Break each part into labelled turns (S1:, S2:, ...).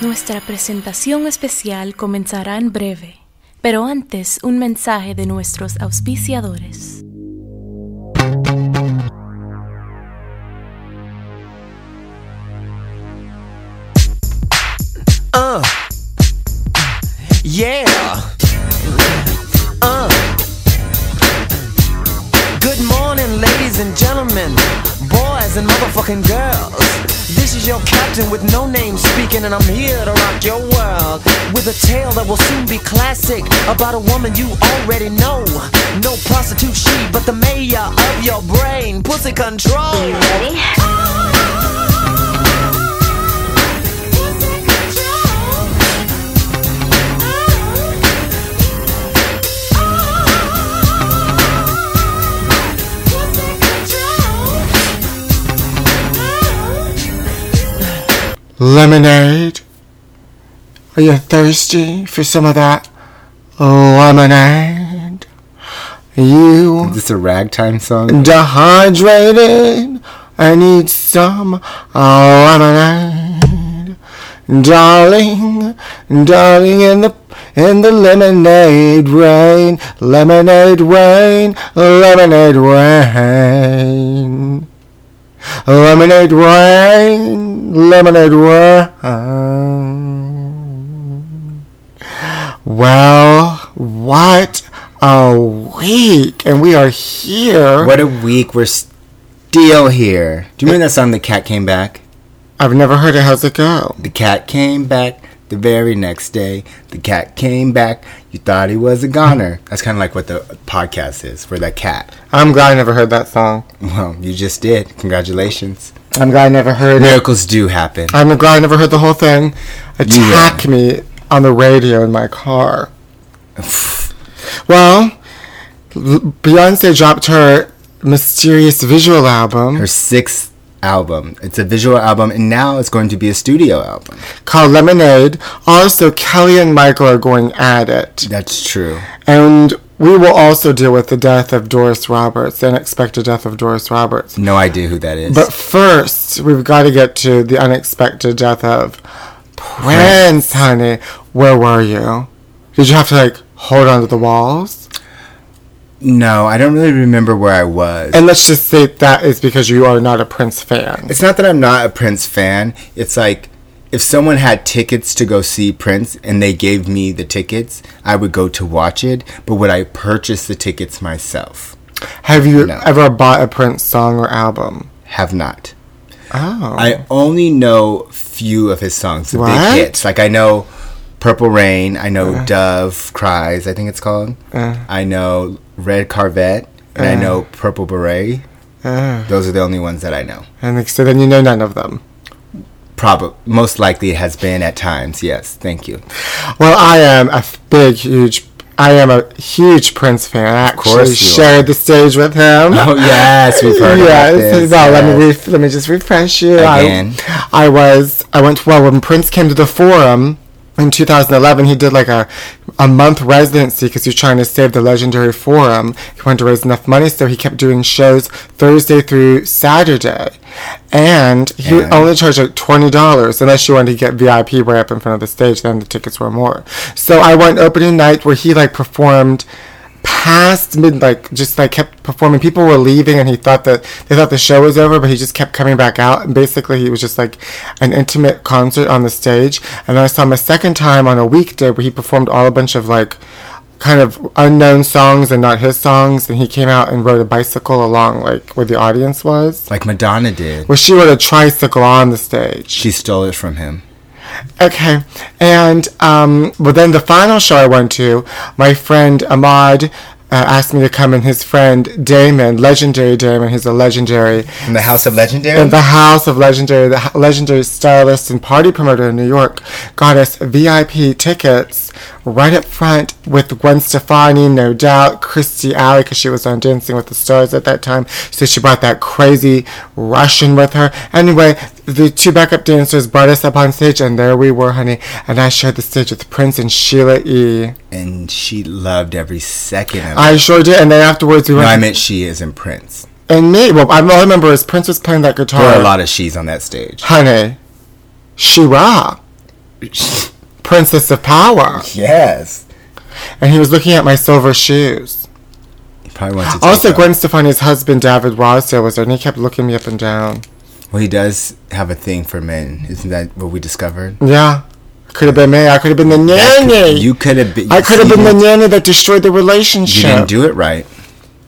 S1: Nuestra presentación especial comenzará en breve, pero antes un mensaje de nuestros auspiciadores.
S2: Uh. Yeah. Uh. Good morning, ladies and gentlemen, boys and motherfucking girls. This is your captain with no name speaking, and I'm here to rock your world with a tale that will soon be classic about a woman you already know. No prostitute, she, but the mayor of your brain, pussy control.
S3: You ready?
S4: lemonade. Are you thirsty for some of that lemonade? You
S5: Is this a ragtime song?
S4: dehydrated? I need some uh, lemonade, darling, darling. In the in the lemonade rain, lemonade rain, lemonade rain. Lemonade wine, lemonade wine. Well, what a week, and we are here.
S5: What a week. We're still here. Do you remember that song, The Cat Came Back?
S4: I've never heard it. How's it go?
S5: The cat came back the very next day. The cat came back. You thought he was a goner. That's kind of like what the podcast is for that cat.
S4: I'm glad I never heard that song.
S5: Well, you just did. Congratulations.
S4: I'm glad I never heard it.
S5: Miracles do happen.
S4: I'm glad I never heard the whole thing. Attack me on the radio in my car. well, L- Beyonce dropped her mysterious visual album.
S5: Her sixth album. It's a visual album, and now it's going to be a studio album.
S4: called Lemonade. Also, Kelly and Michael are going at it.
S5: That's true.
S4: And we will also deal with the death of Doris Roberts, the unexpected death of Doris Roberts.
S5: No idea who that is.
S4: But first, we've got to get to the unexpected death of Prince, honey. Where were you? Did you have to, like, hold on to the walls?
S5: no, I don't really remember where I was.
S4: And let's just say that is because you are not a Prince fan.
S5: It's not that I'm not a Prince fan. It's like if someone had tickets to go see Prince and they gave me the tickets, I would go to watch it, but would I purchase the tickets myself?
S4: Have you
S5: No.
S4: ever bought a Prince song or album?
S5: Have not.
S4: Oh.
S5: I only know few of his songs, the
S4: What? Uh-huh.
S5: big hits. Like I know Purple Rain, I know Dove Cries, I think it's called. I know Red Carvet,
S4: Uh-huh.
S5: and I know Purple Beret.
S4: Ugh.
S5: Those are the only ones that I know.
S4: and like, so then you know none of them.
S5: Probably, most likely, it has been at times. Yes, thank you.
S4: Well, I am a f- big, huge. I am a huge Prince fan. I
S5: course
S4: actually
S5: you
S4: shared the stage with him.
S5: Oh yes, we've heard
S4: yes.
S5: about this.
S4: No, let me
S5: yes.
S4: ref let me just refresh you.
S5: Again.
S4: I, I was I went well when Prince came to the Forum in 2011. He did like a a month residency because he was trying to save the legendary Forum. He wanted to raise enough money, so he kept doing shows Thursday through Saturday, and he would
S5: And-
S4: only charged like twenty dollars unless you wanted to get VIP way up in front of the stage. Then the tickets were more. So I went opening night where he like performed past mid like just like kept performing people were leaving and he thought that they thought the show was over but he just kept coming back out and basically he was just like an intimate concert on the stage and then i saw him a second time on a weekday where he performed all a bunch of like kind of unknown songs and not his songs and he came out and rode a bicycle along like where the audience was
S5: Like Madonna did.
S4: well she rode a tricycle on the stage
S5: She stole it from him.
S4: Okay, and um, well, then the final show I went to, my friend Ahmad uh, asked me to come, and his friend Damon, legendary Damon, he's a legendary
S5: From the House of Legendary?
S4: in the house of legendary, the h- legendary stylist and party promoter in New York, got us VIP tickets right up front with Gwen Stefani, no doubt, Christy Alley, because she was on Dancing with the Stars at that time. So she brought that crazy Russian with her. Anyway, the two backup dancers brought us up on stage, and there we were, honey. And I shared the stage with Prince and Sheila E.
S5: and she loved every second of it.
S4: I sure did. And then afterwards, we
S5: no,
S4: went.
S5: I meant she is in Prince.
S4: and me, well, I- all I remember Uh, is Prince was playing that guitar.
S5: There are a lot of she's on that stage.
S4: Honey, she rocked. Princess of Power.
S5: Yes.
S4: And he was looking at my silver shoes.
S5: He probably wants to take
S4: Also,
S5: that.
S4: Gwen Stefani's husband, David Rosdale, was there, and he kept looking me up and down.
S5: Well, he does have a thing for men. Isn't that what we discovered?
S4: Yeah. Could have been me. I could have been the nanny.
S5: You could have been.
S4: I could have
S5: you
S4: been the
S5: didn't-
S4: nanny that destroyed the relationship.
S5: You didn't do it right.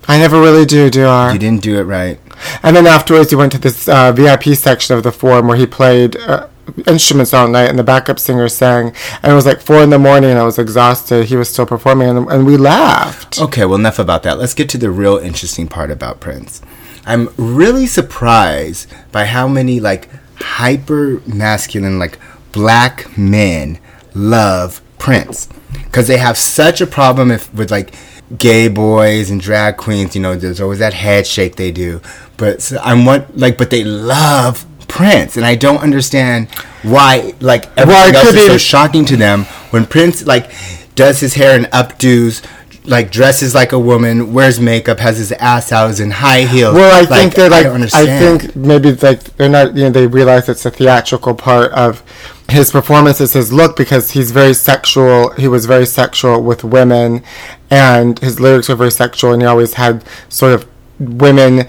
S4: I never really do, do I?
S5: You didn't do it right.
S4: And then afterwards, he went to this uh, VIP section of the forum where he played uh, instruments all night, and the backup singer sang. And it was like four in the morning, and I was exhausted. He was still performing, and, and we laughed.
S5: Okay, well, enough about that. Let's get to the real interesting part about Prince. I'm really surprised by how many like hyper masculine, like black men love Prince because they have such a problem if, with like gay boys and drag queens. You know, there's always that head shake they do, but so I'm what like, but they love. Prince and I don't understand why like
S4: Well, it
S5: everything else
S4: could
S5: is so
S4: be-
S5: shocking to them when Prince like does his hair in updos, like dresses like a woman, wears makeup, has his ass out, is in high heels.
S4: Well, I think they're like.
S5: don't
S4: I, think maybe like they're not. You know, they realize it's a theatrical part of his performance is his look because he's very sexual. He was very sexual with women, and his lyrics were very sexual, and he always had sort of women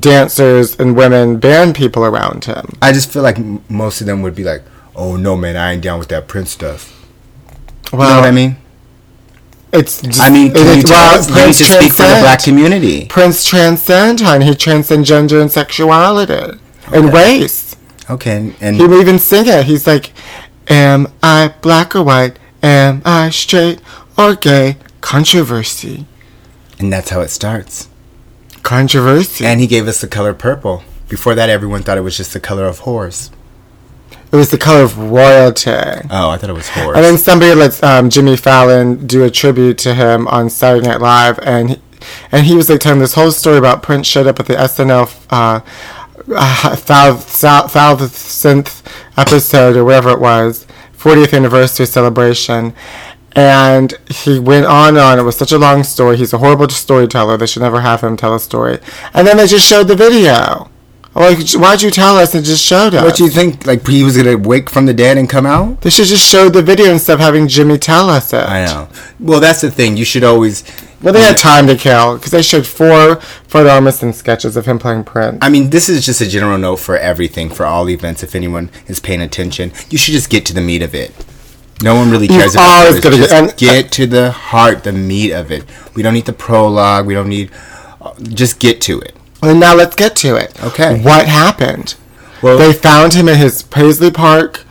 S4: dancers and women band people around him.
S5: I just feel like m- most of them would be like, "Oh no, man, I ain't down with that Prince stuff." you know what I mean?
S4: It's. Just,
S5: I mean,
S4: it
S5: can
S4: is-
S5: you tell
S4: well,
S5: us? You need to speak for the
S4: transcend-
S5: black community.
S4: Prince transcend, hon. He transcend gender and sexuality and race.
S5: Okay, and
S4: He would even sing it. He's like, Am I black or white? Am I straight or gay? Controversy.
S5: and that's how it starts.
S4: Controversy.
S5: And he gave us the color purple. Before that, everyone thought it was just the color of whores.
S4: it was the color of royalty.
S5: Oh, I thought it was whores.
S4: And then somebody lets um, Jimmy Fallon do a tribute to him on Saturday Night Live, and he, and he was like telling this whole story about Prince showed up at the SNL uh, uh, thou- thou- thousandth episode or whatever it was, 40th anniversary celebration. And he went on and on. It was such a long story. He's a horrible storyteller. They should never have him tell a story. And then they just showed the video. Like, why'd you tell us and just showed us?
S5: what do you think? Like Uh, he was gonna wake from the dead and come out?
S4: They should just show the video instead of having Jimmy tell us it.
S5: I know. Well, that's the thing. You should always.
S4: Well, they had time to kill because they showed four Fred Armisen sketches of him playing Prince.
S5: I mean, this is just a general note for everything, for all events. If anyone is paying attention, you should just get to the meat of it. No one really cares about
S4: always
S5: this.
S4: gotta
S5: Just
S4: get- and-
S5: get to the heart, the meat of it. We don't need the prologue. We don't need. uh, Just get to it.
S4: And now let's get to it.
S5: Okay.
S4: What happened?
S5: Well,
S4: They found him in his Paisley Park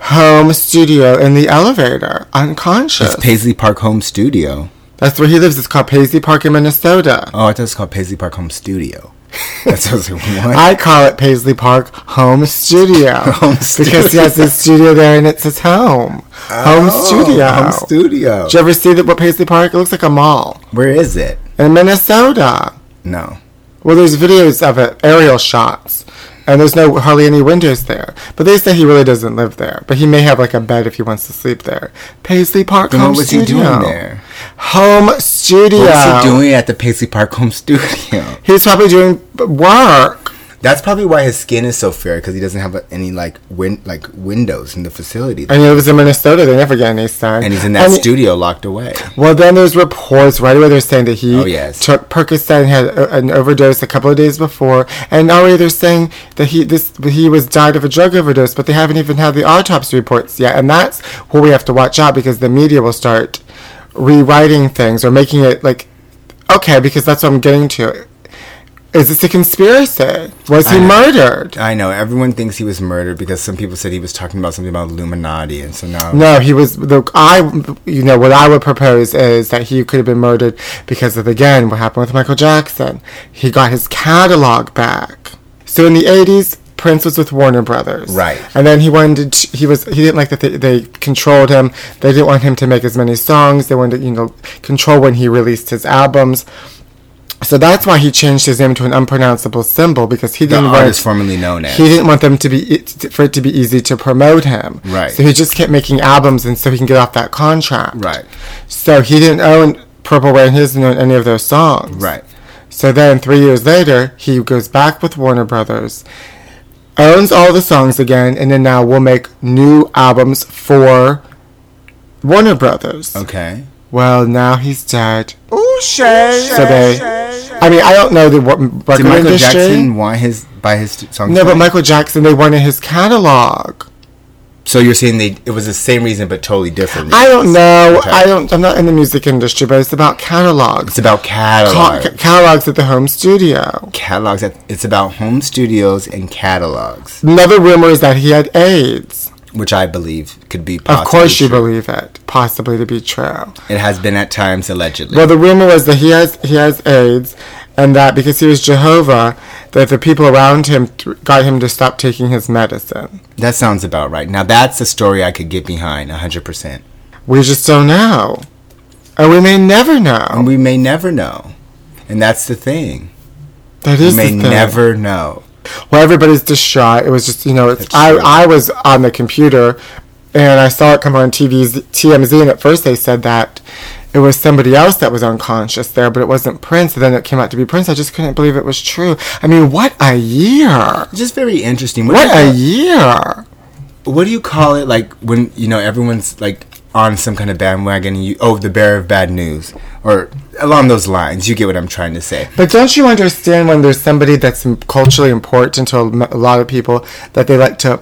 S4: home studio in the elevator, unconscious.
S5: it's Paisley Park Home Studio.
S4: That's where he lives. It's called Paisley Park in Minnesota.
S5: Oh, I thought it was called Paisley Park Home Studio. That's what I was like, what?
S4: I call it Paisley Park Home Studio.
S5: Home
S4: Because he has his studio there and it's his home. home Studio.
S5: Oh, Home Studio.
S4: Did you ever see that? What Paisley Park? It looks like a mall
S5: Where is it?
S4: in Minnesota.
S5: No.
S4: Well, there's videos of it, aerial shots, and there's no hardly any windows there. But they say he really doesn't live there. But he may have like a bed if he wants to sleep there. Paisley Park
S5: Then
S4: Home
S5: what was
S4: Studio.
S5: he doing there?
S4: Home Studio.
S5: What was he doing at the Paisley Park Home Studio?
S4: He's probably doing b- work.
S5: That's probably why his skin is so fair because he doesn't have like, any like win- like windows in the facility,
S4: And he lives in Minnesota. They never get any sun.
S5: and he's in that studio locked away.
S4: Well, then there's reports right away. They're saying that he
S5: Oh, yes.
S4: took Percocet and had a, an overdose a couple of days before, and already they're saying that he this he was died of a drug overdose. But they haven't even had the autopsy reports yet, and that's where we have to watch out because the media will start rewriting things or making it like okay, because that's what I'm getting to. Is this a conspiracy? Was he
S5: I know.
S4: murdered?
S5: I know everyone thinks he was murdered because some people said he was talking about something about Illuminati, and so now
S4: No, he was the I. You know what I would propose is that he could have been murdered because of again what happened with Michael Jackson. He got his catalog back. So in the eighties, Prince was with Warner Brothers,
S5: Right.
S4: And then he wanted to, he was he didn't like that they, they controlled him. They didn't want him to make as many songs. They wanted to, you know control when he released his albums. So that's why he changed his name to an unpronounceable symbol because he
S5: the
S4: didn't want
S5: artist formerly known as.
S4: he didn't want them to be e, for it to be easy to promote him.
S5: Right.
S4: So he just kept making albums, and so he can get off that contract.
S5: Right.
S4: So he didn't own Purple Rain. He doesn't own any of their songs.
S5: Right.
S4: So then, three years later, he goes back with Warner Brothers, owns all the songs again, and then now will make new albums for Warner Brothers.
S5: Okay.
S4: Well, now he's dead.
S2: Ooh, shade.
S4: So they, I mean, I don't know the wa- record
S5: Did Michael
S4: industry.
S5: Jackson want his buy his t- songs?
S4: no, but
S5: back?
S4: Michael Jackson, they wanted his catalog.
S5: So you're saying they it was the same reason but totally different.
S4: I don't
S5: reasons.
S4: know.
S5: Okay.
S4: I don't. I'm not in the music industry, but it's about catalogs.
S5: It's about
S4: Ca-
S5: catalog.
S4: ca- catalogs at the home studio.
S5: catalogs. It's about home studios and catalogs,
S4: Another rumor is that he had AIDS.
S5: which I believe could be.
S4: Of
S5: Possibly
S4: course, you
S5: Ah, true.
S4: believe it, possibly to be true.
S5: it has been at times allegedly.
S4: Well, the rumor was that he has he has AIDS, and that because he was Jehovah, that the people around him th- got him to stop taking his medicine.
S5: that sounds about right. Now that's a story I could get behind 100. percent
S4: We just don't know, and we may never know.
S5: And we may never know, and that's the thing.
S4: that
S5: We
S4: is
S5: may
S4: the thing.
S5: never know.
S4: Well, everybody's distraught. It was just, you know, it's,
S5: That's
S4: I,
S5: true.
S4: I was on the computer and I saw it come on TV's, TMZ, and at first they said that it was somebody else that was unconscious there, but it wasn't Prince. And then it came out to be Prince. I just couldn't believe it was true. I mean, what a year!
S5: Just very interesting.
S4: What
S5: do
S4: a
S5: you-
S4: year!
S5: what do you call it like when you know everyone's like on some kind of bandwagon and you oh the bearer of bad news or along those lines you get what i'm trying to say
S4: But don't you understand when there's somebody that's im- culturally important to a m- a lot of people that they like to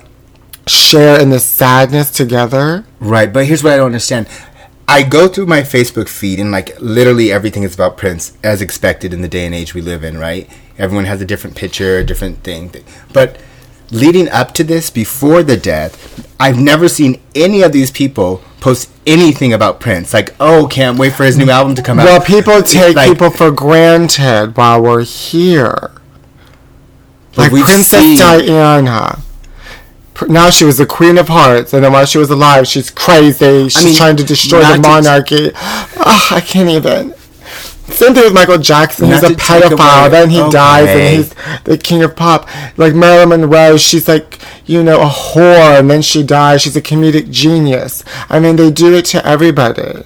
S4: share in the sadness together?
S5: right but here's what i don't understand i go through my facebook feed and like literally everything is about prince as expected in the day and age we live in right everyone has a different picture a different thing but leading up to this before the death i've never seen any of these people post anything about prince like oh can't wait for his new album to come out
S4: Well, people take
S5: Like-
S4: people for granted while we're here.
S5: But
S4: Like
S5: we've
S4: Princess
S5: seen-
S4: Diana. Pr- Now she was the Queen of Hearts, and then while she was alive, she's crazy. She's
S5: mean,
S4: trying to destroy the
S5: not to-
S4: monarchy. Ugh, I can't even. Same thing with Michael Jackson. He's
S5: Not
S4: a
S5: to take
S4: pedophile.
S5: away-
S4: Then he dies,
S5: Okay.
S4: and he's the king of pop. Like Marilyn Monroe, she's like you know a whore, and then she dies. She's a comedic genius. I mean, they do it to everybody.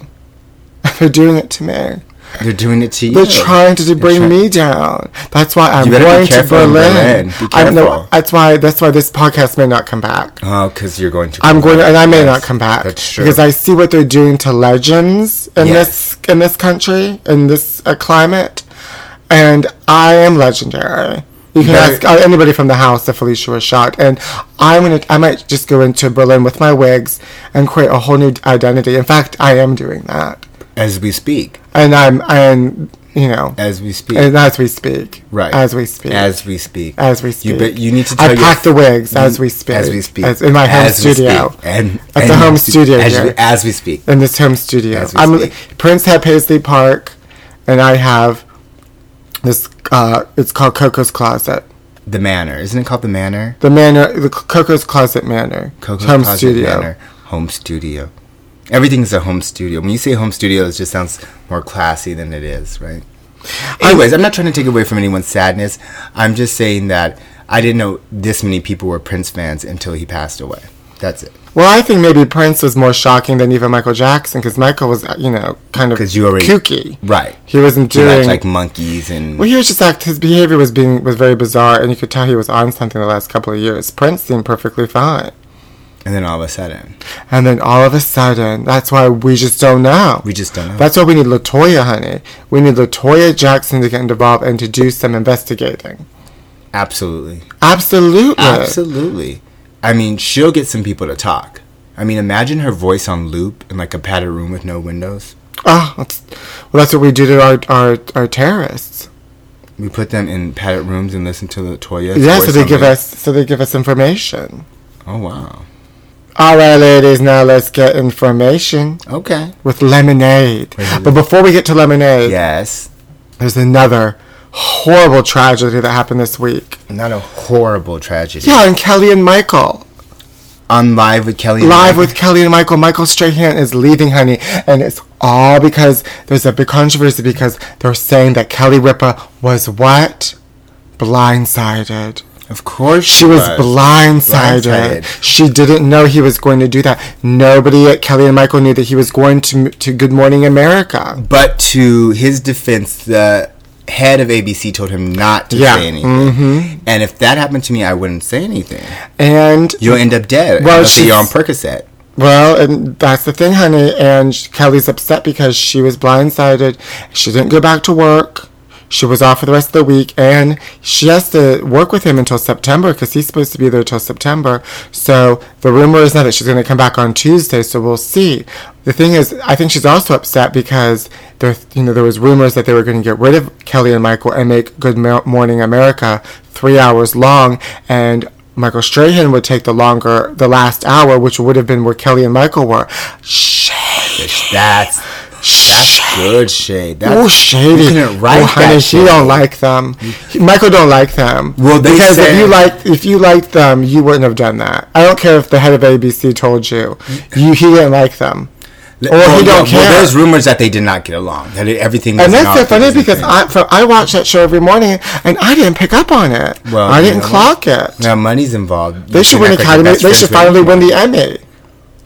S4: They're doing it to me.
S5: They're doing it to you.
S4: They're trying to bring
S5: trying-
S4: me down. That's why I'm
S5: You better be
S4: going to
S5: careful in Berlin.
S4: Berlin.
S5: Be
S4: I know.
S5: careful.
S4: That's why. That's why this podcast may not come back.
S5: Oh, because you're going to.
S4: I'm going, to, and I may
S5: Yes,
S4: not come back
S5: That's true.
S4: because I see what they're doing to legends in
S5: Yes.
S4: this in this country in this uh, climate, and I am legendary. You can
S5: Very-
S4: ask uh, anybody from the house if Felicia was shot, and I'm gonna. I might just go into Berlin with my wigs and create a whole new identity. In fact, I am doing that,
S5: as we speak,
S4: and I'm and you know
S5: as we speak,
S4: and as we speak.
S5: right?
S4: As we speak.
S5: as we speak,
S4: As we speak.
S5: You, but you need to. Tell
S4: I
S5: your-
S4: pack the wigs as
S5: you-
S4: we speak.
S5: As we speak.
S4: As- in my home
S5: As we
S4: studio.
S5: speak. and
S4: At
S5: and
S4: the home
S5: as we-
S4: studio
S5: As,
S4: here.
S5: we- as we speak,
S4: in this home studio.
S5: As we
S4: I'm
S5: speak.
S4: Prince had Paisley Park, and I have this. Uh, it's called Coco's Closet.
S5: the manor isn't it called the manor?
S4: The manor, the C- Coco's Closet manor,
S5: Coco's
S4: home
S5: Closet
S4: studio.
S5: Manor, home studio. Everything's a home studio. When you say home studio, it just sounds more classy than it is, right? Anyways, I'm not trying to take away from anyone's sadness. I'm just saying that I didn't know this many people were Prince fans until he passed away. That's it.
S4: Well, I think maybe Prince was more shocking than even Michael Jackson because Michael was, uh, you know, kind of
S5: 'Cause you already-
S4: kooky.
S5: Right.
S4: He wasn't
S5: He
S4: doing
S5: acts like monkeys and
S4: Well, he was just act. His behavior was being was very bizarre, and you could tell he was on something the last couple of years. Prince seemed perfectly fine,
S5: and then all of a sudden
S4: and then all of a sudden, that's why we just don't know.
S5: we just don't know.
S4: That's why we need Latoya, honey. We need Latoya Jackson to get involved and to do some investigating.
S5: absolutely,
S4: Absolutely.
S5: absolutely. I mean, she'll get some people to talk. I mean, imagine her voice on loop in like a padded room with no windows.
S4: Oh, that's, well, that's what we do to our our, our terrorists.
S5: We put them in padded rooms and listen to Latoya.
S4: yeah, so they give us so they give us information.
S5: Oh wow.
S4: All right, ladies, now let's get information
S5: Okay.
S4: with lemonade.
S5: Lemonade.
S4: But before we get to lemonade,
S5: Yes.
S4: There's another horrible tragedy that happened this week.
S5: Not a horrible tragedy.
S4: Yeah, and Kelly and Michael.
S5: On live with Kelly. and
S4: Live
S5: Mike.
S4: with Kelly and Michael. Michael Strahan is leaving, honey. And it's all because there's a big controversy because they're saying that Kelly Ripa was what? Blindsided.
S5: Of course
S4: She was blindsided.
S5: Blindsided.
S4: She didn't know he was going to do that. Nobody at Kelly and Michael knew that he was going to to Good Morning America.
S5: But to his defense, the head of ABC told him not to
S4: Yeah. Mm-hmm.
S5: say anything. And if that happened to me, I wouldn't say anything.
S4: And
S5: You'll end up dead
S4: Well,
S5: unless you're on
S4: she's-
S5: Percocet.
S4: Well, and that's the thing, honey. And Kelly's upset because she was blindsided. She didn't go back to work. She was off for the rest of the week, and she has to work with him until September because he's supposed to be there till September. So the rumor is now that she's going to come back on Tuesday. So we'll see. The thing is, I think she's also upset because there, you know, there was rumors that they were going to get rid of Kelly and Michael and make Good Mo- Morning America three hours long, and Michael Strahan would take the longer, the last hour, which would have been where Kelly and Michael were. Shade.
S5: That's that's good shade. That's
S4: Oh, shady.
S5: You couldn't write
S4: oh, honey,
S5: that
S4: she don't like them. He- Michael don't like them.
S5: Well, they
S4: because if
S5: said-
S4: you liked, if you liked them, you wouldn't have done that. I don't care if the head of ABC told you, you he didn't like them.
S5: shit.
S4: Or Oh, he don't care.
S5: there's rumors that they did not get along. That it- everything. was
S4: And that's
S5: not
S4: so funny
S5: good as
S4: because I,
S5: anything.
S4: for, I watch that show every morning and I didn't pick up on it.
S5: Well,
S4: I
S5: you
S4: didn't
S5: know,
S4: clock it.
S5: now money's involved.
S4: they
S5: You
S4: should
S5: can
S4: win
S5: act like your
S4: Academy. They
S5: best friends
S4: should
S5: with
S4: finally
S5: people.
S4: win the Emmy.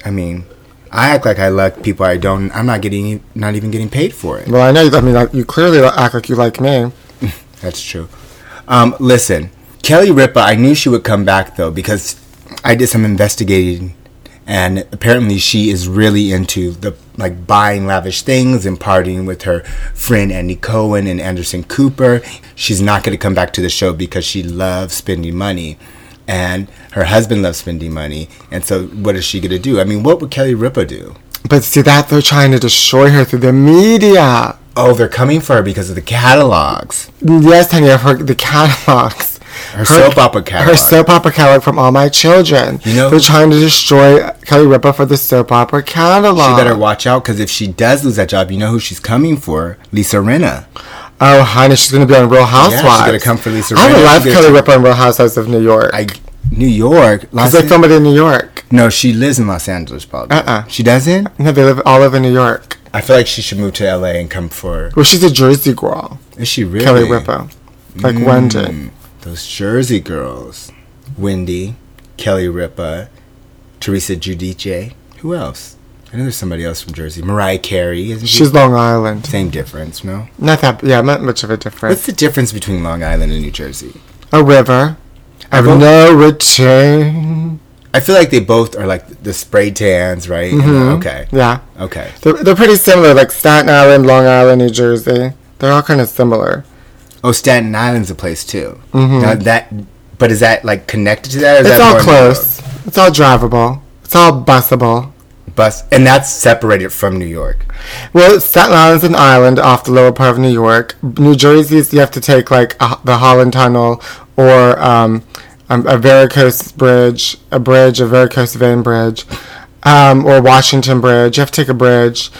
S5: I mean, I act like I like people I don't. I'm not getting, not even getting paid for it.
S4: Well, I know. I mean, like, you clearly act like you like me.
S5: That's true. Um, listen, Kelly Ripa. I knew she would come back though because I did some investigating, and apparently she is really into the like buying lavish things and partying with her friend Andy Cohen and Anderson Cooper. She's not going to come back to the show because she loves spending money. And her husband loves spending money, and so what is she gonna do? I mean, what would Kelly Ripa do?
S4: But see that they're trying to destroy her through the media.
S5: Oh, they're coming for her because of the catalogs.
S4: Yes, honey, I've heard the catalogs.
S5: Her soap opera catalog.
S4: Her soap opera catalog from All My Children.
S5: You know-
S4: they're trying to destroy Kelly Ripa for the soap opera catalog.
S5: She better watch out because if she does lose that job, you know who she's coming for? Lisa Rinna.
S4: Oh, honey, she's gonna be on Real
S5: she's
S4: Housewives.
S5: gonna come for Lisa
S4: I would
S5: Rinna.
S4: love
S5: She's
S4: Kelly
S5: gonna-
S4: Ripa on Real Housewives of New York.
S5: I New York.
S4: Cause
S5: Los
S4: they
S5: An-
S4: film it in New York.
S5: no, she lives in Los Angeles, probably.
S4: Uh-uh.
S5: She doesn't.
S4: No, they live all over New York.
S5: I feel like she should move to LA and come for.
S4: Well, she's a Jersey girl,
S5: Is she really
S4: Kelly Ripa, like Wendy.
S5: Mm, Those Jersey girls, Wendy, Kelly Ripa, Teresa Giudice. Who else? I know there's somebody else from Jersey. Mariah Carey. Isn't she?
S4: She's Long Island.
S5: same difference. No.
S4: Not that, yeah, not much of a difference.
S5: What's the difference between Long Island and New Jersey?
S4: A river.
S5: I
S4: Of
S5: vote-
S4: no return.
S5: I feel like they both are like the spray tans, right? And, uh,
S4: Mm-hmm.
S5: okay.
S4: Yeah.
S5: Okay.
S4: They're, they're pretty similar, like Staten Island, Long Island, New Jersey. They're all kind of similar.
S5: Oh, Staten Island's a place too. Now that, but is that like connected to that? Or
S4: Mm-hmm.
S5: is
S4: It's
S5: that
S4: all
S5: more
S4: close. It's all drivable. It's all busable.
S5: New York? Bus, and that's separated from New York.
S4: Well, Staten Island's an island off the lower part of New York. New Jersey's, you have to take like a, the Holland Tunnel or um, um, a varicose bridge, a bridge, a varicose vein bridge, um, or Washington Bridge. You have to take a bridge.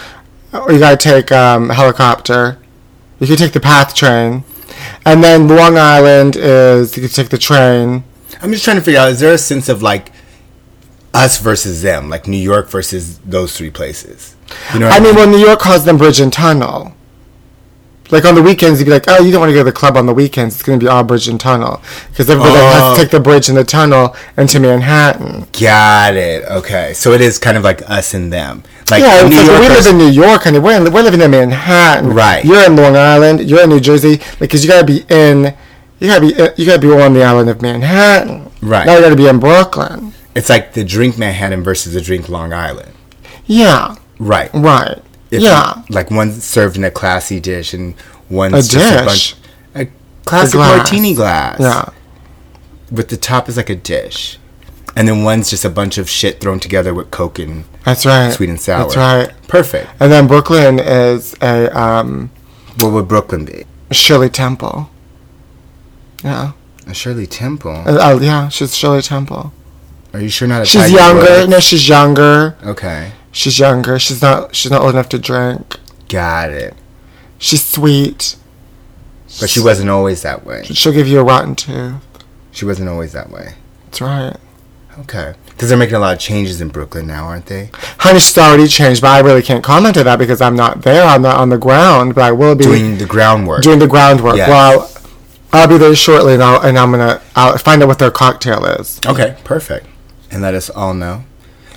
S4: Or you gotta take um, a helicopter. You can take the PATH train. And then Long Island is, you can take the train.
S5: I'm just trying to figure out: is there a sense of like us versus them, like New York versus those three places? You know, what
S4: I mean, well, New York calls them bridge and tunnel. Like on the weekends, you'd be like, oh, you don't want to go to the club on the weekends. It's going to be all bridge and tunnel. Because everybody has
S5: Oh.
S4: to take the bridge and the tunnel into Manhattan.
S5: got it. Okay, so it is kind of like us and them. Like
S4: yeah, it's
S5: New
S4: like
S5: York
S4: we live
S5: versus-
S4: in New York, honey. We're, in, we're living in Manhattan.
S5: Right.
S4: You're in Long Island. You're in New Jersey. Because you got to be in, you got to be, in- you got to be on the island of Manhattan.
S5: Right.
S4: Now you got to be in Brooklyn.
S5: it's like the drink Manhattan versus the drink Long Island.
S4: Yeah.
S5: Right.
S4: Right.
S5: If
S4: yeah.
S5: you- like one's served in a classy dish and one's
S4: A
S5: just a
S4: dish.
S5: bunch a classic
S4: glass.
S5: martini glass.
S4: yeah.
S5: But the top is like a dish. And then one's just a bunch of shit thrown together with Coke and
S4: That's right.
S5: sweet and sour.
S4: That's right.
S5: Perfect.
S4: And then Brooklyn is a, um,
S5: What would Brooklyn be?
S4: Shirley Temple. Yeah.
S5: A Shirley Temple.
S4: Uh, oh, yeah, she's Shirley Temple.
S5: Are you sure not a
S4: She's
S5: Tiger
S4: younger.
S5: Woods?
S4: No, she's younger.
S5: Okay.
S4: She's younger. She's not she's not old enough to drink.
S5: Got it.
S4: She's sweet.
S5: But she wasn't always that way.
S4: She'll give you a rotten tooth.
S5: She wasn't always that way.
S4: That's right.
S5: Okay. Because they're making a lot of changes in Brooklyn now, aren't they?
S4: Honey, she's already changed, but I really can't comment on that because I'm not there. I'm not on the ground, but I will be
S5: Doing the groundwork.
S4: doing the groundwork.
S5: Yes.
S4: Well, I'll be there shortly, and, I'll, and I'm gonna I'll find out what their cocktail is.
S5: Okay, perfect. And let us all know.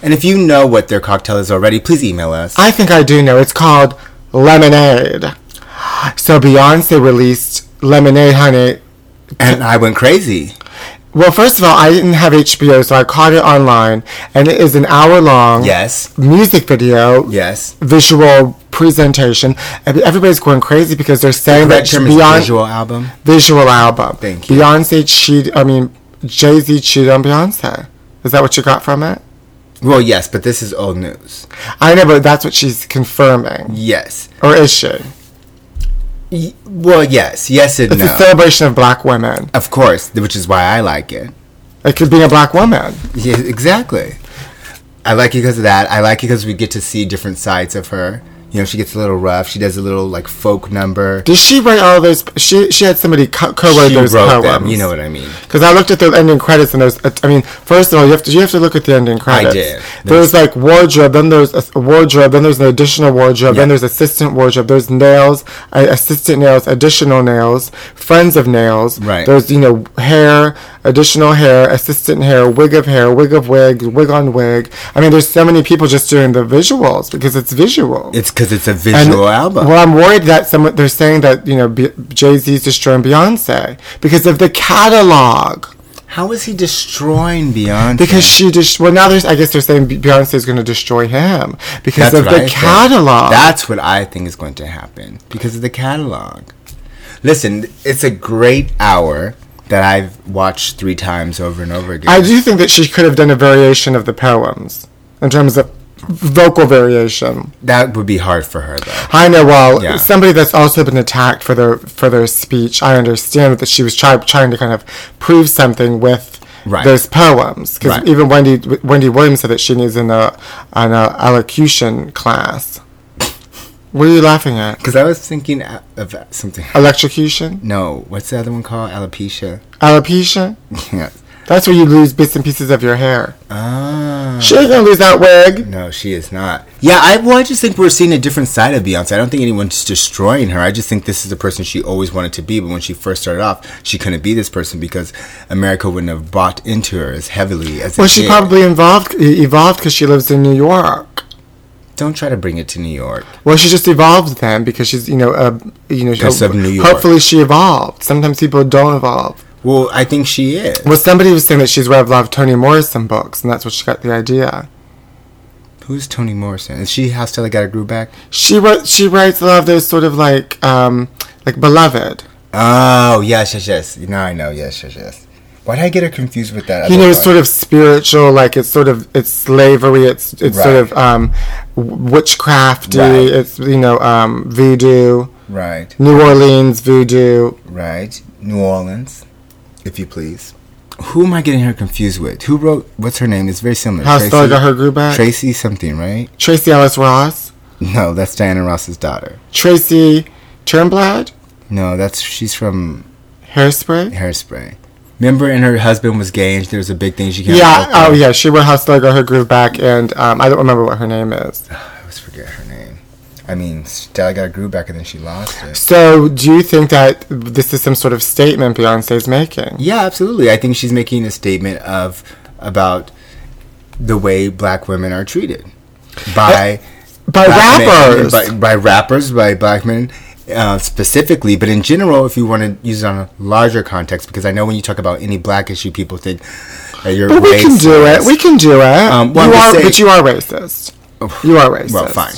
S5: And if you know what their cocktail is already, please email us.
S4: I think I do know. It's called Lemonade. So Beyonce released Lemonade, honey.
S5: and I went crazy.
S4: Well, first of all, I didn't have HBO, so I caught it online, and it is an hour long
S5: Yes,
S4: music video,
S5: yes.
S4: visual presentation. Ev- Everybody's going crazy because they're saying
S5: That
S4: that
S5: term is
S4: Beyonce
S5: visual album.
S4: visual album.
S5: Thank you.
S4: Beyonce cheat. I mean, Jay Z cheated on Beyonce. Is that what you got from it?
S5: Well, yes, but this is old news.
S4: I know, but that's what she's confirming,
S5: Yes.
S4: or is she?
S5: Y- well, yes, yes and
S4: It's
S5: no.
S4: a celebration of black women.
S5: of course, th- which is why I like it.
S4: It could be a black woman.
S5: Yeah, exactly. I like it because of that. I like it because we get to see different sides of her. You know, she gets a little rough. She does a little like folk number.
S4: Did she write all those? She she had somebody co- co-wrote
S5: she
S4: those poems.
S5: You know what I mean?
S4: Because I looked at the ending credits and there's, uh, I mean, first of all, you have to you have to look at the ending credits.
S5: did.
S4: There's like wardrobe, then there's a s- a wardrobe, then there's an additional wardrobe, then there's assistant wardrobe, there's nails, uh, assistant nails, additional nails, friends of nails.
S5: Right.
S4: There's you know hair, additional hair, assistant hair, wig of hair, wig of wig, wig on wig. I mean, there's so many people just doing the visuals because it's visual.
S5: It's because it's a
S4: And-
S5: visual album.
S4: Well, I'm worried that someone they're saying that you know B- Jay Z's destroying Beyonce because of the catalog.
S5: How is he destroying Beyonce?
S4: Because she just well now there's I guess they're saying Beyonce is going to destroy him because of
S5: what
S4: the
S5: I think.
S4: catalog.
S5: That's what I think is going to happen because of the catalog. Listen, it's a great hour that I've watched three times over and over again.
S4: I do think that she could have done a variation of the poems in terms of vocal variation.
S5: That would be hard for her though.
S4: I know. Well,
S5: Yeah.
S4: somebody that's also been attacked for their for their speech. I understand that she was try, trying to kind of prove something with
S5: Right.
S4: those poems. Because
S5: Right.
S4: even Wendy Wendy Williams said that she needs an uh, an uh, elocution class. What are you laughing at?
S5: Because I was thinking a- of something.
S4: Electrocution,
S5: No, what's the other one called? Alopecia.
S4: alopecia.
S5: yeah.
S4: That's where you lose bits and pieces of your hair.
S5: Ah.
S4: She ain't gonna lose that wig.
S5: No, she is not. Yeah, I well, I just think we're seeing a different side of Beyonce. I don't think anyone's destroying her. I just think this is the person she always wanted to be. But when she first started off, she couldn't be this person because America wouldn't have bought into her as heavily as.
S4: Well,
S5: it
S4: she
S5: did.
S4: probably involved e, evolved because she lives in New York.
S5: don't try to bring it to New York.
S4: Well, she just evolved then because she's you know uh, you know
S5: Because of New York.
S4: hopefully she evolved. Sometimes people don't evolve.
S5: Well, I think she is.
S4: Well, somebody was saying that she's read a lot of Toni Morrison books, and that's where she got the idea.
S5: Who's Toni Morrison? Is she how Stella got her groove back?
S4: She wrote, she writes a lot of those sort of like um like beloved.
S5: Oh yes, yes, yes. Now I know. Yes, yes, yes. Why did I get her confused with that?
S4: You
S5: other
S4: know, it's
S5: one?
S4: sort of spiritual, like it's sort of it's slavery, it's it's sort of um w- witchcrafty,
S5: Right.
S4: it's you know um voodoo,
S5: right.
S4: New Orleans voodoo.
S5: Right. New Orleans, if you please. Who am I getting her confused with? Who wrote, what's her name? It's very similar.
S4: How Stella got her groove back.
S5: Tracy something, right?
S4: Tracy Ellis Ross,
S5: No, that's Diana Ross's daughter.
S4: Tracy Turnblad,
S5: No, that's, she's from
S4: Hairspray.
S5: Hairspray. Remember, and her husband was gay, and there was a big thing she came
S4: Yeah,
S5: up
S4: oh
S5: with?
S4: yeah, she wrote How Stella Got Her Groove Back, and um, I don't remember what her name is.
S5: I always forget her name. I mean, Stella got her groove back, and then she lost it.
S4: So, do you think that this is some sort of statement Beyonce's making?
S5: Yeah, absolutely. I think she's making a statement of about the way black women are treated by
S4: By
S5: black men-
S4: rappers!
S5: by, by rappers, by black men uh, specifically. But in general, if you want to use it on a larger context, because I know when you talk about any black issue, people think that you're.
S4: but we can do it.
S5: racist.
S4: We can do it.
S5: Um, well,
S4: you
S5: I'm
S4: are,
S5: just
S4: but you
S5: saying-
S4: are racist. You are racist.
S5: Well, fine.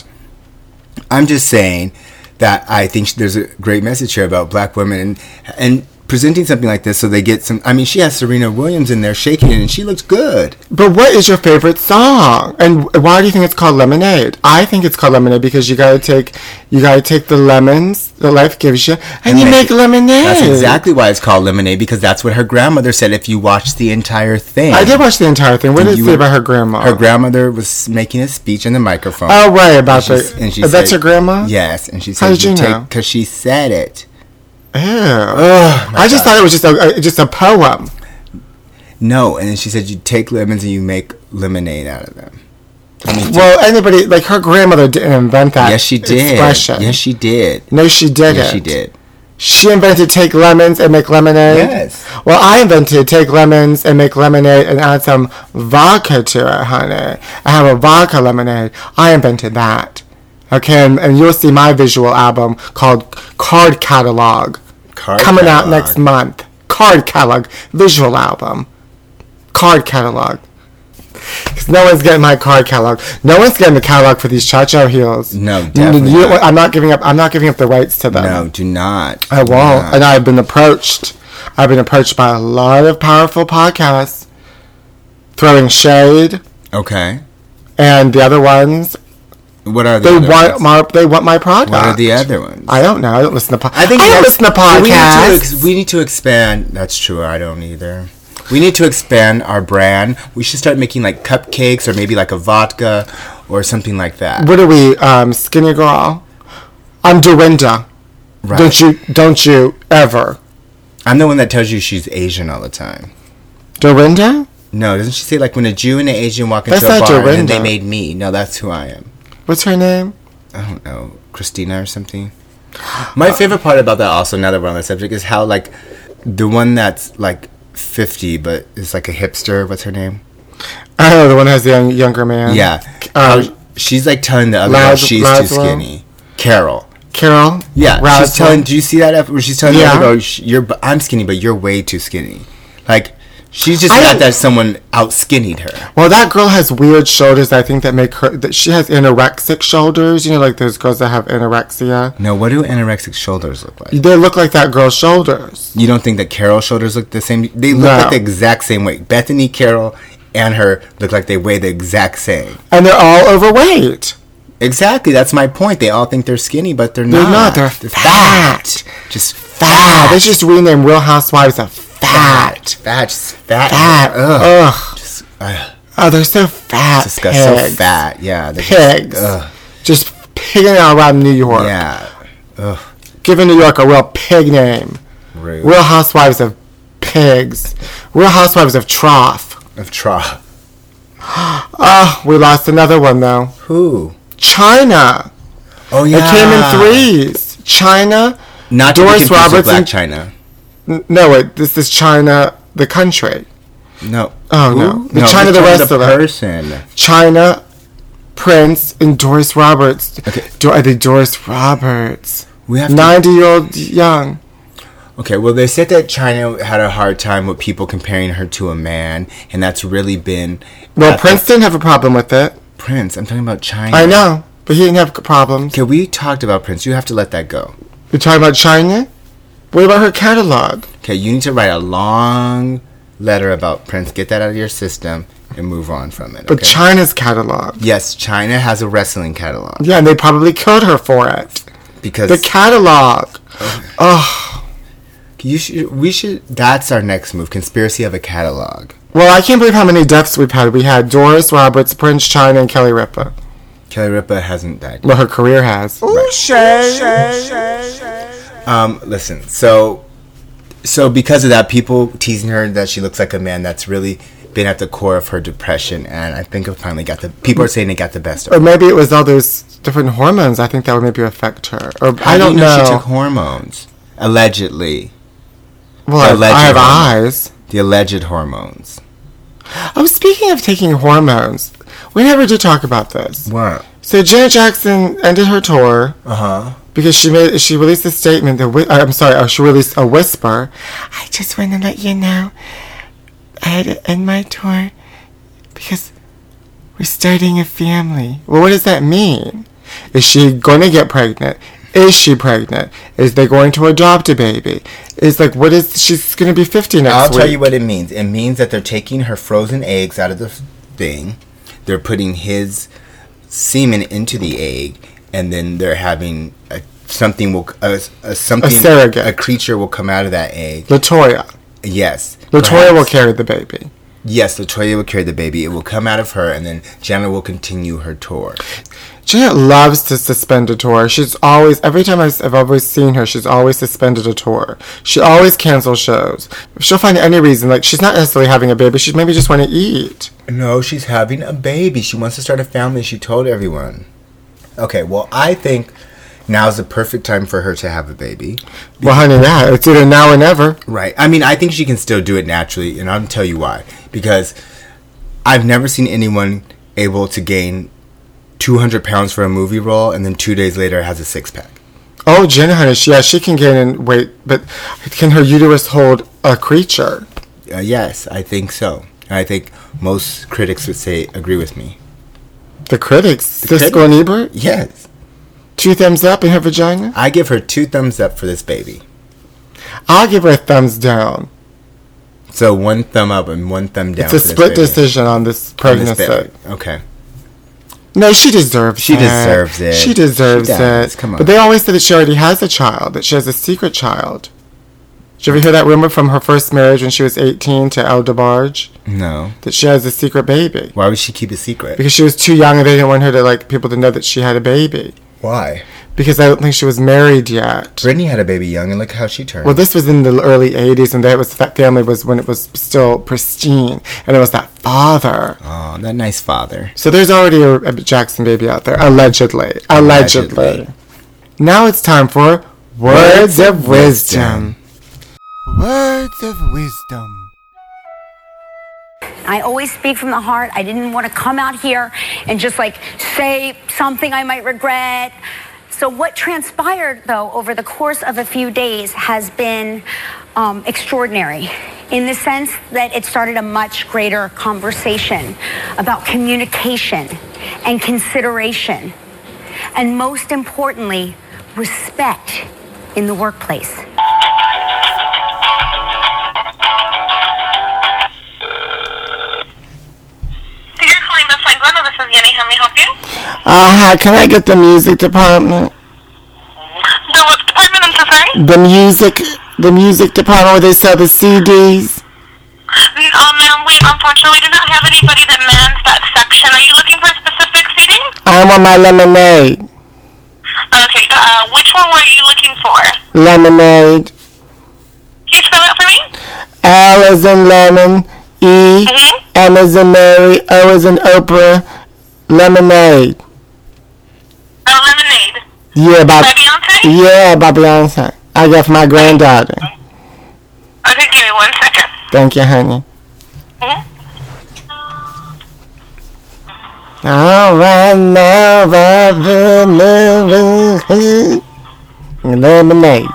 S5: I'm just saying that I think sh- there's a great message here about black women and, and presenting something like this so they get some. I mean, she has Serena Williams in there shaking it, and she looks good.
S4: But what is your favorite song? And why do you think it's called Lemonade? I think it's called Lemonade because you gotta take, you gotta take the lemons that life gives you, and, you make,
S5: make-
S4: lemonade.
S5: That's exactly why it's called lemonade because that's what her grandmother said. If you watch the entire thing,
S4: I did watch the entire thing. What did it
S5: You
S4: say
S5: were-
S4: about her grandma?
S5: Her grandmother was making a speech in the microphone.
S4: Oh, right about
S5: She-
S4: the. that's
S5: said-
S4: your grandma.
S5: Yes, and she said,
S4: How did you know?
S5: Because she said it.
S4: Ew.
S5: Oh,
S4: I just thought it was just a, a just a poem.
S5: No, and then she said, you take lemons and you make lemonade out of them. I mean,
S4: Well, anybody like her grandmother didn't invent that.
S5: yes, she did.
S4: Expression.
S5: Yes, she did.
S4: no, she didn't.
S5: Yes, she did.
S4: She invented take lemons and make lemonade.
S5: Yes.
S4: Well, I invented take lemons and make lemonade and add some vodka to it, honey. I have a vodka lemonade. I invented that. Okay, and, and you'll see my visual album called Card Catalog
S5: Card
S4: coming out
S5: catalog.
S4: next month. Card catalog, visual album, card catalog. 'Cause no one's getting my card catalog. No one's getting the catalog for these cha-cha heels.
S5: No,
S4: You-
S5: definitely
S4: you know
S5: not.
S4: what? I'm not giving up. I'm not giving up the rights to them.
S5: No, do not.
S4: I
S5: Do
S4: won't.
S5: not.
S4: And I've been approached. I've been approached by a lot of powerful podcasts throwing shade,
S5: okay.
S4: and the other ones
S5: What are the
S4: they
S5: other
S4: want
S5: ones?
S4: my they want my product.
S5: What are the other ones?
S4: I don't know. I don't listen to podcasts. I think I don't
S5: that's-
S4: listen to
S5: We need to,
S4: podcasts.
S5: ex- we need to expand. That's true. I don't either. We need to expand our brand. We should start making like cupcakes or maybe like a vodka or something like that.
S4: what are we, um, skinny girl? I'm Dorinda.
S5: Right.
S4: Don't you? Don't you ever,
S5: I'm the one that tells you she's Asian all the time.
S4: Dorinda?
S5: No, doesn't she say like when a Jew and an Asian walk into
S4: That's
S5: a
S4: not
S5: bar and then
S4: Dorinda.
S5: they made me? No, that's who I am.
S4: What's her name?
S5: I don't know, Christina or something. My favorite part about that also, now that we're on the subject, is how like the one that's like 50 but is like a hipster. What's her name?
S4: I don't know the one who has the young, younger man.
S5: Yeah.
S4: Uh,
S5: How she's like telling the other
S4: Laz-
S5: girl she's too
S4: Laszlo?
S5: skinny. Carol.
S4: Carol.
S5: Yeah.
S4: Rouse-
S5: She's telling. Do you see that? ep- Where she's telling the
S4: Yeah.
S5: other girl, "Sh- "You're. bu- I'm skinny, but you're way too skinny." Like she's just
S4: I
S5: mad
S4: don't-
S5: that someone out skinnied her.
S4: Well, that girl has weird shoulders. I think that make her that she has anorexic shoulders. You know, like those girls that have anorexia.
S5: No, what do anorexic shoulders look like?
S4: They look like that girl's shoulders.
S5: You don't think that Carol's shoulders look the same? They look
S4: No.
S5: like the exact same way. Bethany Carol and her look like they weigh the exact same.
S4: and they're all overweight.
S5: Exactly. That's my point. They all think they're skinny, but they're,
S4: They're not.
S5: not.
S4: They're fat.
S5: Just fat.
S4: Fat. They should just rename Real Housewives of Fat.
S5: Fat. Just fat.
S4: Fat.
S5: Ugh.
S4: Ugh.
S5: Just, ugh.
S4: Oh, they're so fat.
S5: disgusting. So
S4: pigs.
S5: fat. Yeah. they're
S4: Pigs.
S5: Just, ugh.
S4: Just pigging out around New York.
S5: Yeah. Ugh.
S4: Giving New York a real pig name.
S5: Rude.
S4: Real Housewives of Pigs. Real Housewives of Trough.
S5: of tra.
S4: Oh, we lost another one though.
S5: Who?
S4: China.
S5: Oh yeah.
S4: It came in threes. China.
S5: Not
S4: Doris
S5: Doris Roberts.
S4: Roberts
S5: Black
S4: and-
S5: China.
S4: N- No, wait. This is China, the country.
S5: No.
S4: Oh,
S5: Who?
S4: no. The China, the
S5: China,
S4: rest of it.
S5: person.
S4: China, Prince, and Doris Roberts. Do- I think Doris Roberts.
S5: We have to-
S4: 90 year old young.
S5: Okay, well, they said that China had a hard time with people comparing her to a man, and that's really been.
S4: Well,
S5: uh,
S4: Prince didn't have a problem with it.
S5: Prince, I'm talking about China.
S4: I know, but he didn't have problems.
S5: Okay, we talked about Prince. You have to let that go.
S4: You're talking about China? What about her catalog?
S5: Okay, you need to write a long letter about Prince. Get that out of your system and move on from it. Okay?
S4: But China's catalog.
S5: yes, China has a wrestling catalog
S4: Yeah, and they probably killed her for it.
S5: because
S4: The catalog.
S5: you should. We should. That's our next move. Conspiracy of a catalog.
S4: Well, I can't believe how many deaths we've had. We had Doris Roberts, Prince China, and Kelly Ripa.
S5: Kelly Ripa hasn't died.
S4: Well, her career has.
S5: Um, listen, so so because of that, people teasing her that she looks like a man. That's really been at the core of her depression, and I think it finally got the. People are saying it got the best of
S4: Or
S5: her.
S4: maybe it was all those different hormones. I think that would maybe affect her. Or I
S5: How do
S4: don't
S5: you
S4: know.
S5: She took hormones, allegedly.
S4: well, I- I,
S5: alleged
S4: have
S5: hormone.
S4: eyes.
S5: The alleged hormones.
S4: Oh, speaking of taking hormones, we never did talk about this.
S5: What?
S4: So Janet Jackson ended her tour
S5: Uh huh.
S4: because she made she released a statement. That whi- I'm sorry, uh, she released a whisper. I just want to let you know I had to end my tour because we're starting a family. Well, what does that mean? Is she going to get pregnant? Is she pregnant? Is they going to adopt a baby? It's like what is she's going to be 50 next
S5: I'll
S4: week?
S5: tell you what it means. It means that they're taking her frozen eggs out of the f- thing, they're putting his semen into the egg, and then they're having a, something will c- a, a something
S4: surrogate.
S5: a creature will come out of that egg.
S4: Latoya.
S5: Yes,
S4: Latoya will
S5: perhaps.
S4: carry the baby.
S5: Yes, Latoya will carry the baby. It will come out of her, and then Janet will continue her tour.
S4: Janet loves to suspend a tour. She's always, every time I've, I've always seen her, she's always suspended a tour. She always cancels shows. She'll find any reason. Like, she's not necessarily having a baby. She's maybe just want to eat.
S5: No, she's having a baby. She wants to start a family. She told everyone. Okay, well, I think now's the perfect time for her to have a baby.
S4: Well, honey, yeah, it's either now or never.
S5: Right. I mean, I think she can still do it naturally, and I'll tell you why. Because I've never seen anyone able to gain 200 pounds for a movie role and then two days later has a six pack.
S4: Oh, Jenna Hunter, yeah, she can gain in weight, but can her uterus hold a creature?
S5: Uh, yes, I think so. I think most critics would say agree with me.
S4: The critics, Siskel and Ebert,
S5: Yes,
S4: two thumbs up in her vagina.
S5: I give her two thumbs up for this baby.
S4: I'll give her a thumbs down.
S5: So one thumb up and one thumb
S4: It's
S5: down.
S4: a
S5: for this
S4: split
S5: baby.
S4: decision on this
S5: On this
S4: pregnancy.
S5: baby. Okay.
S4: No, she deserves
S5: She
S4: it.
S5: deserves it.
S4: She deserves
S5: She does.
S4: it.
S5: Come on.
S4: But they always say that she already has a child, that she has a secret child. Did you ever hear that rumor from her first marriage when she was 18 to El DeBarge?
S5: No.
S4: That she has a secret baby.
S5: Why would she keep it secret?
S4: Because she was too young and they didn't want her to, like, people to know that she had a baby.
S5: Why?
S4: Because I don't think she was married yet.
S5: Brittany had a baby young, and look how she turned.
S4: Well, this was in the early 80s and that was, that family was when it was still pristine. And it was that father.
S5: oh, that nice father.
S4: So there's already a, a Jackson baby out there, allegedly. Allegedly.
S5: Allegedly.
S4: Now it's time for Words of Wisdom.
S5: Words of wisdom.
S3: I always speak from the heart. I didn't want to come out here and just like say something I might regret. So, what transpired though over the course of a few days has been um, extraordinary in the sense that it started a much greater conversation about communication and consideration. And most importantly, respect in the workplace.
S6: Thank you for calling the Flank This is Jenny. How may I help you?
S4: Uh, hi, can I get the music department?
S6: The what department? I'm so sorry.
S4: The music, the music department where they sell the CDs?
S6: Um, ma'am, we unfortunately do not have anybody that mans that section. Are you looking for a specific seating?
S4: I want my lemonade.
S6: Okay. Uh, which one were you looking for?
S4: Lemonade.
S6: Can you spell it for me?
S4: L is in lemon. E,
S6: Mhm.
S4: M is in Mary. O is in Oprah. Lemonade.
S6: Uh, lemonade.
S4: Yeah, by,
S6: By Beyonce.
S4: yeah, by Beyonce. I got for my granddaughter.
S6: Okay, give me one second.
S4: Thank you, honey.
S6: Mhm.
S4: All right, now the lemonade.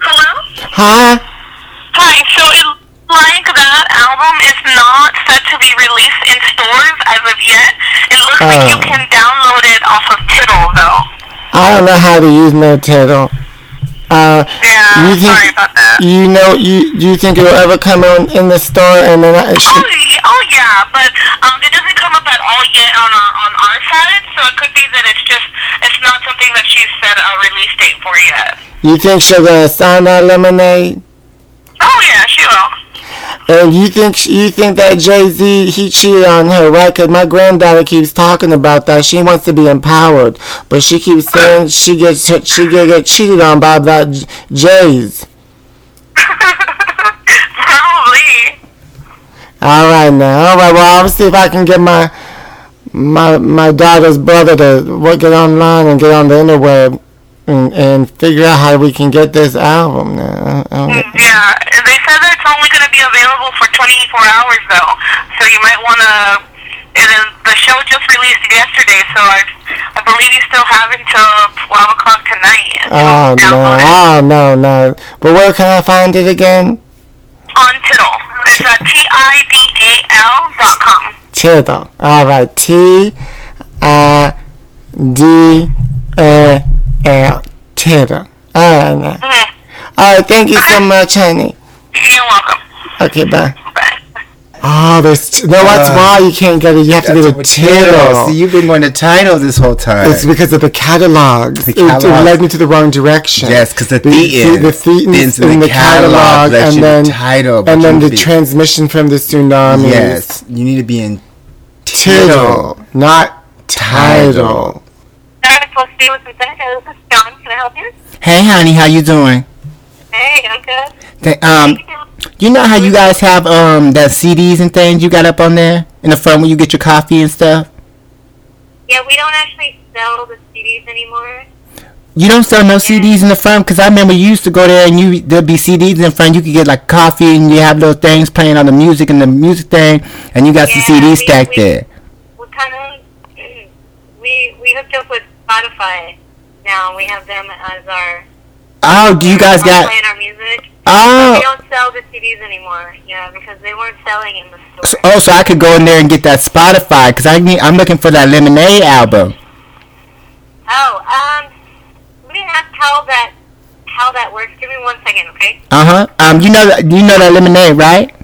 S6: Hello.
S4: Huh?
S6: Hi. So it like that album is not set to be released in stores as of yet. It looks like
S4: Oh.
S6: you can download it off of Tidal though.
S4: I don't know how to use no title. Uh,
S6: Yeah,
S4: you think
S6: sorry about that.
S4: you know you you think it'll ever come on in the store and then I
S6: Oh,
S4: should,
S6: y- oh yeah, but um, it doesn't come up at all yet on our, on our side, so it could be that it's just it's not something that she's set a release date for yet.
S4: you think she'll gonna sign that lemonade?
S6: Oh yeah, she will.
S4: And you think sh- you think that Jay Z he cheated on her, right? 'Cause my granddaughter keeps talking about that. She wants to be empowered, but she keeps saying she gets her- she get, get cheated on by that J- Jay's.
S6: Probably.
S4: All right now, all right. Well, I'll see if I can get my my my daughter's brother to work it online and get on the interweb and, and figure out how we can get this album. Now, I don't-
S6: Yeah, they said that it's only going to be available for 24 hours though, so you might want to. It is, the show just released yesterday, so I I believe you still have until 12 o'clock tonight. to
S4: oh no!
S6: download it.
S4: Oh no! No! But where can I find it again?
S6: on Tidal. It's uh, T-I-D-A-L dot com.
S4: Tiddle. All right. T I D A L. Tiddle. All right. now.
S6: Mhm.
S4: All right. Thank you so much, honey.
S6: You're welcome.
S4: Okay. Bye.
S6: Bye.
S4: Oh, there's. T- no, that's
S5: Uh,
S4: why you can't get it. You have to get a tiddle.
S5: See, you've been going to title this whole time.
S4: It's because of the catalogs.
S5: The
S4: It- It,
S5: catalog.
S4: led me to the wrong direction.
S5: Yes, 'cause the
S4: the,
S5: thetans-
S4: the thetans
S5: thins in
S4: in
S5: the
S4: the catalog,
S5: catalog led you
S4: and
S5: to
S4: then
S5: title, but
S4: and then
S5: you
S4: the
S5: didn't.
S4: transmission from the tsunami.
S5: yes, you need to be in
S4: tiddle, not title.
S6: Alright, well, see you with Rebecca. This is John. Can I help you?
S5: Hey, honey, how you doing?
S6: Hey, I'm good.
S5: Th- um, you know how you guys have um that CDs and things you got up on there in the front when you get your coffee and stuff.
S6: Yeah, we don't actually sell the CDs anymore.
S5: You don't sell no CDs in the front because I remember you used to go there and you there'd be CDs in the front. You could get like coffee and you have those things playing on the music and the music thing, and you got
S6: Yeah,
S5: the CDs
S6: we-
S5: stacked
S6: we-
S5: there.
S6: We kind of we we hooked up with Spotify, now. We have them as our.
S5: Oh, do you guys
S6: are
S5: got?
S6: playing our music. We
S5: Oh,
S6: don't sell the CDs anymore. Yeah, because they weren't selling in the store.
S5: so, oh, so I could go in there and get that Spotify because I need. I'm looking for that Lemonade album.
S6: Oh, um, let me ask how that how that works. Give me one second, okay?
S4: Uh-huh.
S5: Uh huh. Um, you know that you know that Lemonade, right?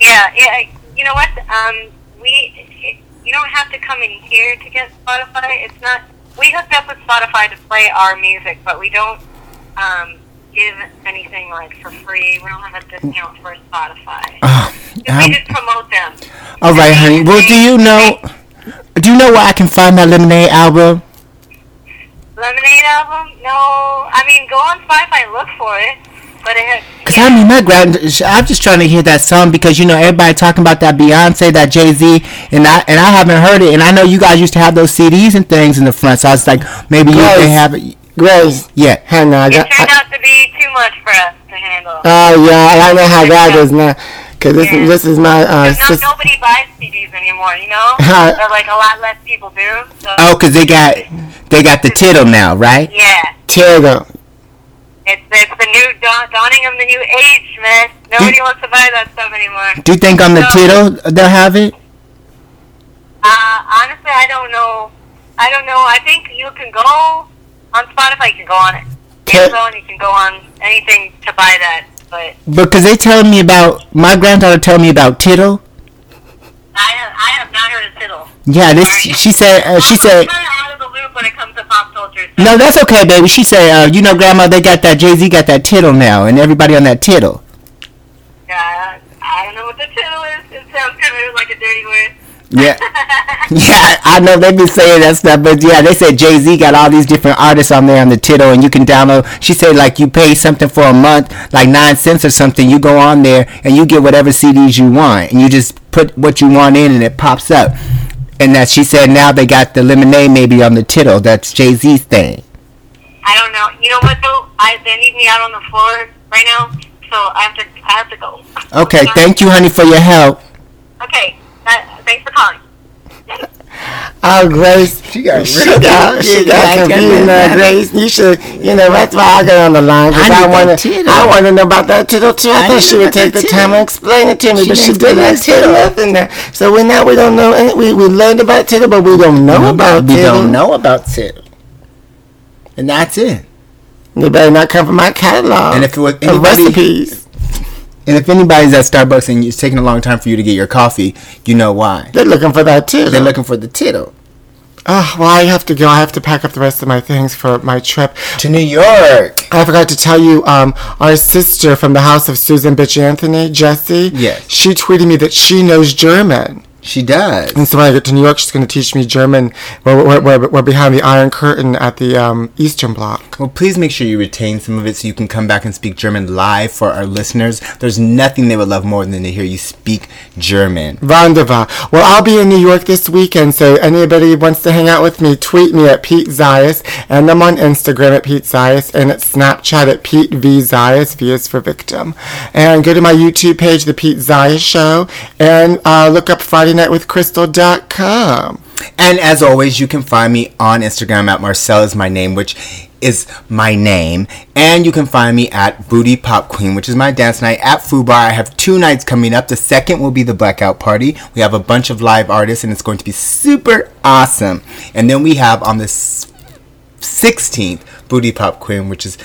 S6: Yeah, yeah. You know what? Um, we it, you don't have to come in here to get Spotify. It's not. We hooked up with Spotify to play our music, but we don't um, give anything like for free. We don't have a discount for Spotify.
S5: Um,
S6: we just promote them.
S5: all right, honey. Well, do you know? Do you know where I can find that Lemonade album?
S6: Lemonade album? No, I mean go on Spotify, look for it. But it has,
S5: Cause I mean, my grand, I'm just trying to hear that song because you know everybody talking about that Beyonce, that Jay Z, and I and I haven't heard it. And I know you guys used to have those CDs and things in the front, so I was like, maybe you
S4: Yes.
S5: can have it.
S4: Grace,
S5: Yeah,
S4: hang on. I
S6: it
S4: got,
S6: turned out to be too much for us to handle.
S4: oh yeah, I know how that is now. Cause this
S6: Yeah.
S4: this is my uh,
S6: no,
S4: sis-
S6: nobody buys CDs anymore, you know?
S4: Huh.
S6: Or like a lot less people do. So
S5: Oh, 'cause they got they got the title now, right?
S6: yeah.
S4: Tiago.
S6: It's it's the new dawn, dawning of the new age, man. Nobody wants to buy that stuff anymore.
S5: Do you think on the
S6: No.
S5: title they'll have it?
S6: Uh, honestly I don't know I don't know. I think you can go on Spotify you can go on it.
S5: Can-
S6: Amazon you can go on anything to buy that, but
S5: Because they telling me about my granddaughter telling me about title.
S6: I have I have not heard a fiddle.
S5: Yeah, this she said. Uh, she said.
S6: kind of out of the loop when it comes to pop culture. So
S5: No, that's okay, baby. She said, uh, you know, Grandma, they got that Jay Z got that title now, and everybody on that title.
S6: yeah, I don't know what the title is. It sounds kind of like a dirty word.
S5: Yeah. yeah, I know they've been saying that stuff, but yeah, they said Jay Z got all these different artists on there on the title, and you can download. She said, like, you pay something for a month, like nine cents or something. You go on there and you get whatever CDs you want, and you just put what you want in, and it pops up. And that she said now they got the lemonade maybe on the title. That's Jay Z's thing.
S6: I don't know. You know what though? I they need me out on the floor right now, so I have to I have to go.
S5: Okay, thank you, honey, for your help.
S6: Okay, that, thanks for calling.
S4: Oh, Grace, she got she got, she got confused now, Grace. You should, you know, that's why I got on the line because
S5: I
S4: I
S5: need that
S4: want to,
S5: tittle.
S4: I want to know about that tittle too. I,
S5: I
S4: thought
S5: need
S4: she would
S5: that
S4: take the
S5: tittle.
S4: time to explain it to me,
S5: She
S4: but she didn't
S5: didn't explain that
S4: explain
S5: tittle.
S4: nothing there. So we now we don't know. any- We we learned about tittle, but we don't know about
S5: we
S4: tittle.
S5: don't know about title, and that's it.
S4: They better not come from my catalog.
S5: And if it was
S4: of
S5: anybody-
S4: recipes,
S5: And if anybody's at Starbucks and it's taking a long time for you to get your coffee, you know why.
S4: they're looking for that tittle.
S5: They're looking for the tittle.
S4: oh, well, I have to go. I have to pack up the rest of my things for my trip.
S5: To New York.
S4: I forgot to tell you, um, our sister from the house of Susan Bitch Anthony, Jessie.
S5: Yes.
S4: She tweeted me that she knows German.
S5: She does.
S4: And so when I get to New York, she's going to teach me German. We're, we're, we're, we're behind the Iron Curtain at the um, Eastern Bloc.
S5: Well, please make sure you retain some of it so you can come back and speak German live for our listeners. There's nothing they would love more than to hear you speak German.
S4: Wunderbar. Well, I'll be in New York this weekend, so anybody wants to hang out with me, tweet me at Pete Zayas, and I'm on Instagram at Pete Zayas, and at Snapchat at Pete V Zayas, V is for victim. And go to my YouTube page, The Pete Zayas Show, and uh, look up Friday Night with Crystal.com.
S5: And as always, you can find me on Instagram at Marcel is my name, which is my name. And you can find me at Booty Pop Queen, which is my dance night at Foo Bar. I have two nights coming up. The second will be the blackout party. We have a bunch of live artists, and it's going to be super awesome. And then we have on the s- 16th Booty Pop Queen, which is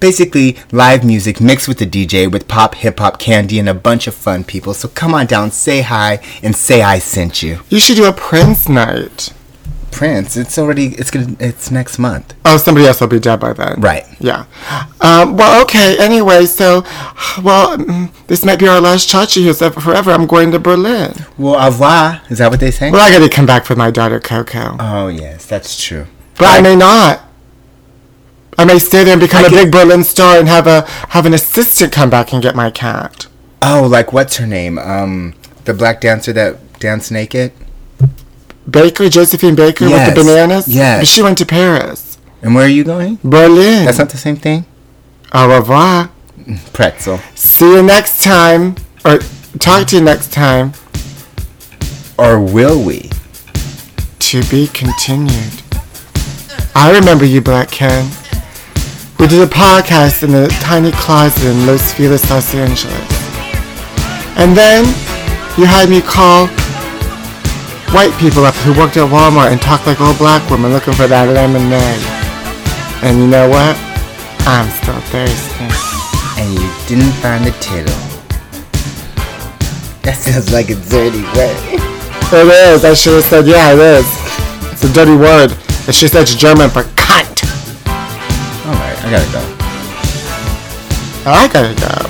S5: basically live music mixed with the DJ with pop, hip hop, candy, and a bunch of fun people. So come on down, say hi, and say I sent you.
S4: You should do a Prince night.
S5: Prince. It's already. It's gonna. It's next month.
S4: Oh, somebody else will be dead by then.
S5: Right.
S4: Yeah. Um, well, okay. Anyway, so, well, mm, this might be our last chachi here so forever. I'm going to Berlin.
S5: Well, au revoir. Is that what they say?
S4: Well, I got to come back with my daughter Coco,
S5: Oh yes, that's true.
S4: but I may not. I may stay there and become a
S5: I can-
S4: big Berlin star and have a have an assistant come back and get my cat.
S5: Oh, like what's her name? Um, the black dancer that danced naked.
S4: Baker, Josephine Baker
S5: Yes.
S4: with the bananas.
S5: Yes.
S4: But she went to Paris,
S5: And where are you going?
S4: Berlin.
S5: That's not the same thing.
S4: Au revoir.
S5: Pretzel
S4: See you next time, or talk to you next time.
S5: or will we?
S4: To be continued. I remember you, Black Ken. We did a podcast in a tiny closet in Los Feliz, Los Angeles. And then you had me call white people up who worked at Walmart and talk like old black women looking for that lemonade. And you know what? I'm still thirsty.
S5: and you didn't find the title. That sounds like a dirty word.
S4: It is. I should have said, yeah, it is. It's a dirty word. It's just that's German for cunt.
S5: All right, I gotta go.
S4: I gotta go.